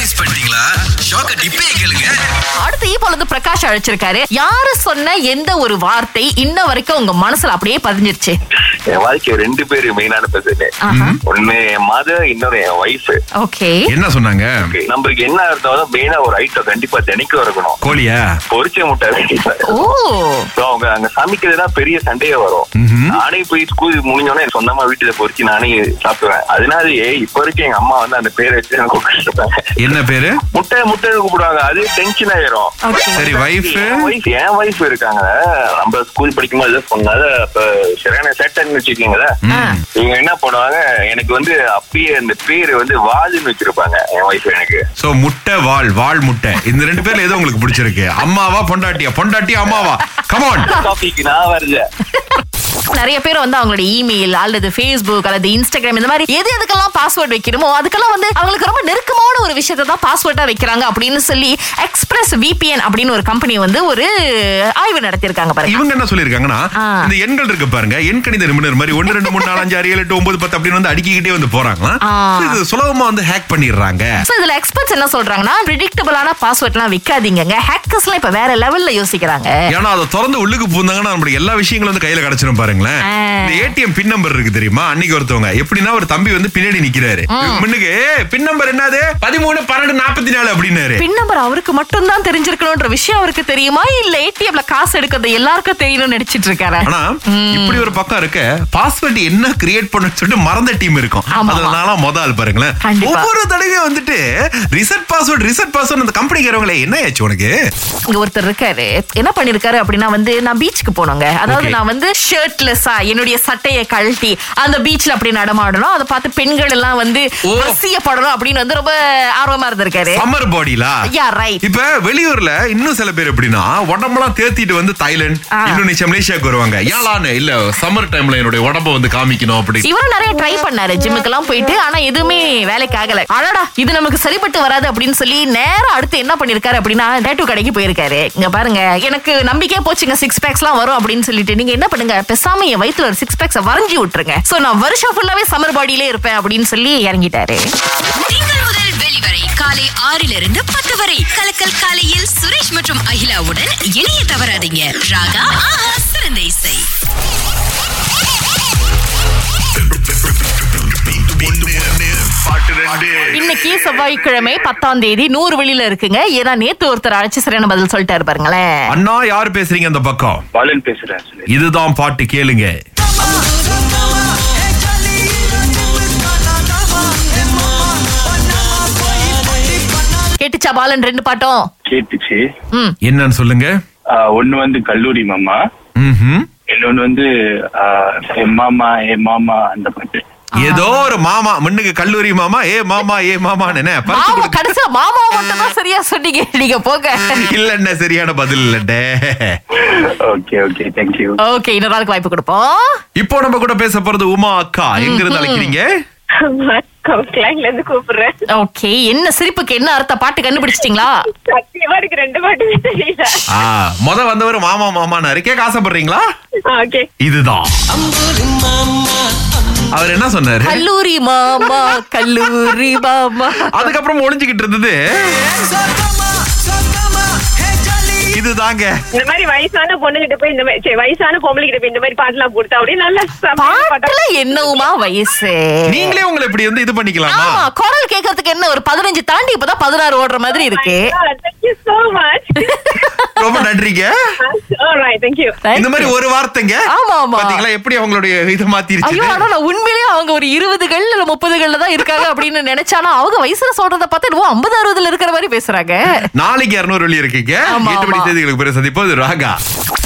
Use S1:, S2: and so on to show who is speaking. S1: Miss பண்ணிட்டீங்களா ஷாக்க டிப்பே கேளுங்க
S2: அடுத்து இப்பொழுது பிரகாஷ் அழைச்சிருக்காரு யாரு சொன்ன எந்த ஒரு வார்த்தை இன்ன வரைக்கும் உங்க மனசுல அப்படியே பதிஞ்சிருச்சு
S3: என் வாழ்க்கை ரெண்டு பேர் மெயினான பிரச்சனை
S2: ஆஹா.
S3: ஒண்ணு என் மதர் இன்னொரு என் ஒய்ஃப்
S2: ஓகே
S4: என்ன சொன்னாங்க
S3: நம்மளுக்கு என்ன இருந்தாலும் மெயினா ஒரு ஐட்டம் கண்டிப்பா தினைக்கும் இருக்கணும்
S4: கோழியா
S3: பொரிச்ச முட்டை கண்டிப்பா
S2: ஓ
S3: So, அவங்க அங்க சமைக்கிறதுனா பெரிய சண்டையே வரும் நானே போய் ஸ்கூல் முடிஞ்சோடனே சொந்தமா வீட்டுல பொரிச்சு நானே சாப்பிடுவேன் அதனாலயே இப்ப வரைக்கும் எங்க அம்மா வந்து அந்த பேரை வச்சு எனக்கு கூப்பிட்டுருப்பாங்க
S4: என்ன பேரு
S3: முட்டை முட்டை கூப்பிடுவாங்க அது டென்ஷன் ஆயிரும்
S2: ஓகே
S4: சரி வைஃப்
S3: என் wife- என் ஒய்ஃப் இருக்காங்க நம்ம ஸ்கூல் படிக்கும்போது ஏதோ சொன்னால அப்ப சரியான சேட்டன்னு வச்சுக்கீங்களா
S2: ஆ.
S3: இவங்க என்ன பண்ணுவாங்க எனக்கு வந்து அப்பயே அந்த பேரு வந்து வால்னு வச்சிருப்பாங்க என் ஒய்ஃப் எனக்கு
S4: சோ முட்டை வால் வால் முட்டை இந்த ரெண்டு பேர்ல எது உங்களுக்கு பிடிச்சிருக்கு அம்மாவா பொண்டாட்டியா பொண்டாட்டியா அம்மாவா கமான்
S3: காஃபிக்கு நான் வரல
S2: நிறைய பேர் வந்து அவங்களோட இமெயில் அல்லது ஃபேஸ்புக் அல்லது இன்ஸ்டாகிராம் இந்த மாதிரி எது எதுக்கெல்லாம் பாஸ்வேர்ட் வைக்கணுமோ அதுக்கெல்லாம் வந்து அவங்களுக்கு ரொம்ப நெருக்கமான ஒரு விஷயத்தை தான் பாஸ்வேர்டா வைக்கிறாங்க அப்படின்னு சொல்லி எக்ஸ்பிரஸ் விபிஎன் அப்படின்னு ஒரு கம்பெனி வந்து ஒரு ஆய்வு நடத்தியிருக்காங்க பாருங்க
S4: இவங்க என்ன சொல்லிருக்காங்கன்னா
S2: ஆ.
S4: இந்த எண்கள் இருக்கு பாருங்க எண் கணித நிபுணர் மாதிரி ஒன்னு ரெண்டு மூணு நாலு அஞ்சு ஆறு ஏழு எட்டு ஒன்பது பத்து அப்படின்னு வந்து அடிக்கிட்டே வந்து போறாங்களா
S2: ஆ.
S4: இது சுலபமா வந்து ஹேக் பண்ணிடுறாங்க
S2: So, இதுல எக்ஸ்பர்ட்ஸ் என்ன சொல்றாங்கன்னா பிரிடிக்டபிளான பாஸ்வேர்ட்லாம் வைக்காதீங்கங்க ஹேக்கர்ஸ் எல்லாம் இப்ப வேற லெவல்ல யோசிக்கிறாங்க
S4: ஏன்னா அதை திறந்து உள்ளுக்கு பூந்தாங்கன்னா நம்மளுக்கு எல்லா விஷயங்களும் வந்து கையில கிடைச்சிரும் பாருங்களேன்
S2: ஆ.
S4: இந்த ஏடிஎம் பின் நம்பர் இருக்கு தெரியுமா அன்னைக்கு ஒருத்தவங்க எப்படின்னா ஒரு தம்பி வந்து பின்னாடி நிக்கிறாரு முன்னுக்கு பின் நம்பர் என்னது பதிமூணு பன்னெண்டு நாற்பத்தி நாலு அப்படின்னாரு
S2: பின் நம்பர் அவருக்கு மட்டும்தான் தெரிஞ்சிருக்கணும்ன்ற விஷயம் அவருக்கு தெரியுமா இல்ல ஏடிஎம்ல காசு எடுக்கிறது எல்லாருக்கும் தெரியணும்னு நினைச்சிட்டு இருக்காரு
S4: ஆனா இப்படி ஒரு பக்கம் இருக்க பாஸ்வேர்ட் என்ன கிரியேட் பண்ணு சொல்லிட்டு மறந்த டீம் இருக்கும்
S2: ஆமா, ஆமா.
S4: அதனால முத ஆள் பாருங்களேன்
S2: கண்டிப்பா.
S4: ஒவ்வொரு தடவையும் வந்துட்டு ரிசர்ட் பாஸ்வேர்ட் ரிசர்ட் பாஸ்வேர்ட் அந்த கம்பெனிக்காரங்களே என்ன ஆச்சு உனக்கு
S2: இங்க ஒருத்தர் இருக்காரு என்ன பண்ணிருக்காரு அப்படின்னா வந்து நான் பீச்சுக்கு போனோங்க அதாவது
S4: Okay.
S2: நான் வந்து ஷர்ட்லெஸ்ஸா என்னுடைய சட்டையை கழட்டி அந்த பீச்ல அப்படி நடமாடணும் அதை பார்த்து பெண்கள் எல்லாம் வந்து
S4: ஓ.
S2: வசியப்படணும் அப்படின்னு வந்து ரொம்ப ஆர்வமா இருந்திருக்காரு
S4: சம்மர் பாடிலா
S2: Yeah, right.
S4: இப்ப வெளியூர்ல இன்னும் சில பேர் எப்படின்னா உடம்பெல்லாம் தேத்திட்டு வந்து தாய்லாந்து
S2: ஆ.
S4: இந்தோனேஷியா மலேசியாக்கு வருவாங்க ஏலான்னு இல்ல சம்மர் டைம்ல என்னுடைய உடம்ப வந்து காமிக்கணும் அப்படி
S2: இவரும் நிறைய ட்ரை பண்ணாரு ஜிம்முக்கெல்லாம் போயிட்டு ஆனா எதுவுமே வேலைக்கு ஆகல அடடா இது நமக்கு சரிப்பட்டு வராது அப்படின்னு சொல்லி நேரா அடுத்து என்ன பண்ணிருக்காரு அப்படின்னா டேட்டு கடைக்கு போயிருக்காரு இங்க பாருங்க எனக்கு நம்பிக்கையே போச்சுங்க சிக்ஸ் பேக்ஸ் எல்லாம் வரும் அப்படின்னு சொல்லிட்டு நீங்க என்ன பண்ணுங்க பெசாம என் வயித்துல ஒரு சிக்ஸ் பேக்ஸ் வரைஞ்சி விட்டுருங்க சோ நான் வருஷம் ஃபுல்லாவே சம்மர் பாடியிலே இருப்பேன் அப்படின்னு சொல்லி இறங்கிட்டாரு
S5: திங்கள் முதல் வெளிவரை காலை ஆறிலிருந்து பத்து வரை கலக்கல் காலையில் சுரேஷ் மற்றும் அகிலாவுடன் இணைய தவறாதீங்க ராகா ஆஹா சிறந்த இசை
S2: இன்னைக்கு செவ்வாய்க்கிழமை பத்தாம் தேதி நூறு வெளியில இருக்குங்க ஏன்னா நேத்து ஒருத்தர் அழைச்சு சரியான பதில் சொல்லிட்டாரு பாருங்களேன்
S4: அண்ணா யார் பேசுறீங்க அந்த பக்கம்
S3: பாலன் பேசுறேன்
S4: இதுதான் பாட்டு கேளுங்க
S2: கேட்டுச்சா பாலன் ரெண்டு பாட்டும்
S6: கேட்டுச்சு
S2: ம்
S4: என்னன்னு சொல்லுங்க
S6: ஆஹ் ஒண்ணு வந்து கல்லூரி மாமா
S4: ம்ஹும்.
S6: இன்னொன்னு வந்து ஆஹ் என் மாமா ஏ மாமா அந்த பாட்டு
S4: ஏதோ ஒரு மாமா முன்னுக்கு கல்லூரி மாமா ஏ மாமா ஏ மாமா என்ன பறிச்சு
S2: மாமா
S4: கொடுத்து-
S2: கடைசியா மாமா மட்டும் தான் சரியா சொன்னீங்க நீங்க போங்க
S4: இல்ல என்ன சரியான பதில் இல்லடே
S6: ஓகே ஓகே தேங்க்யூ
S2: ஓகே இன்னொரு நாளுக்கு வாய்ப்பு கொடுப்போம்
S4: இப்போ நம்ம கூட பேச போறது உமா அக்கா எங்க இருந்து அழைக்கிறீங்க
S7: வணக்கம் கிளாங்ல இருந்து கூப்பிடுறேன்
S2: ஓகே என்ன சிரிப்புக்கு என்ன அர்த்த பாட்டு கண்டுபிடிச்சிட்டீங்களா
S7: சத்தியமா எனக்கு ரெண்டு பாட்டுமே தெரியல
S4: ஆ, முத வந்தவர் மாமா மாமான்னு இருக்கே ஆசைப்படுறீங்களா
S7: ஓகே
S4: இதுதான் அவர் என்ன சொன்னாரு
S2: கல்லூரி மாமா கல்லூரி மாமா
S4: அதுக்கப்புறம் ஒளிஞ்சுகிட்டு இருந்தது இதுதாங்க
S7: இந்த மாதிரி வயசான பொண்ணு கிட்ட போய் இந்த மாதிரி சரி, வயசான பொம்பளை கிட்ட போய் இந்த மாதிரி பாட்டுலாம் கொடுத்தா அப்படியே நல்லா செம்மையான பாட்டா-
S2: பாட்டுல என்னவுமா வயசு
S4: நீங்களே உங்களை இப்படி வந்து இது பண்ணிக்கலாமா
S2: ஆமா குரல் கேட்கறதுக்கு என்ன ஒரு பதினஞ்சு தாண்டி இப்பதான் பதினாறு ஓடுற மாதிரி இருக்கு
S7: Oh, thank you so much.
S4: ரொம்ப நன்றிங்க
S7: All right, thank you.
S2: Thank
S4: இந்த மாதிரி
S2: you.
S4: ஒரு வார்த்தைங்க
S2: ஆமா, ஆமா.
S4: பாத்தீங்களா எப்படி அவங்களுடைய இதை மாத்திருச்சு
S2: ஐயோ ஆனா நான் உண்மையிலேயே அவங்க ஒரு இருபதுகள் இல்ல முப்பதுகள்ல தான் இருக்காங்க அப்படின்னு நினைச்சானா அவங்க வயசுல சொல்றத பார்த்தா என்னவோ ஐம்பது அறுபதுல இருக்கிற மாதிரி பேசுறாங்க
S4: நாளைக்கு 200 வழி இருக்கீங்க
S2: ஆமா,
S4: எட்டு மணி
S2: ஆமா.
S4: தேதிகளுக்கு பிறகு சந்திப்போம் இது ராகா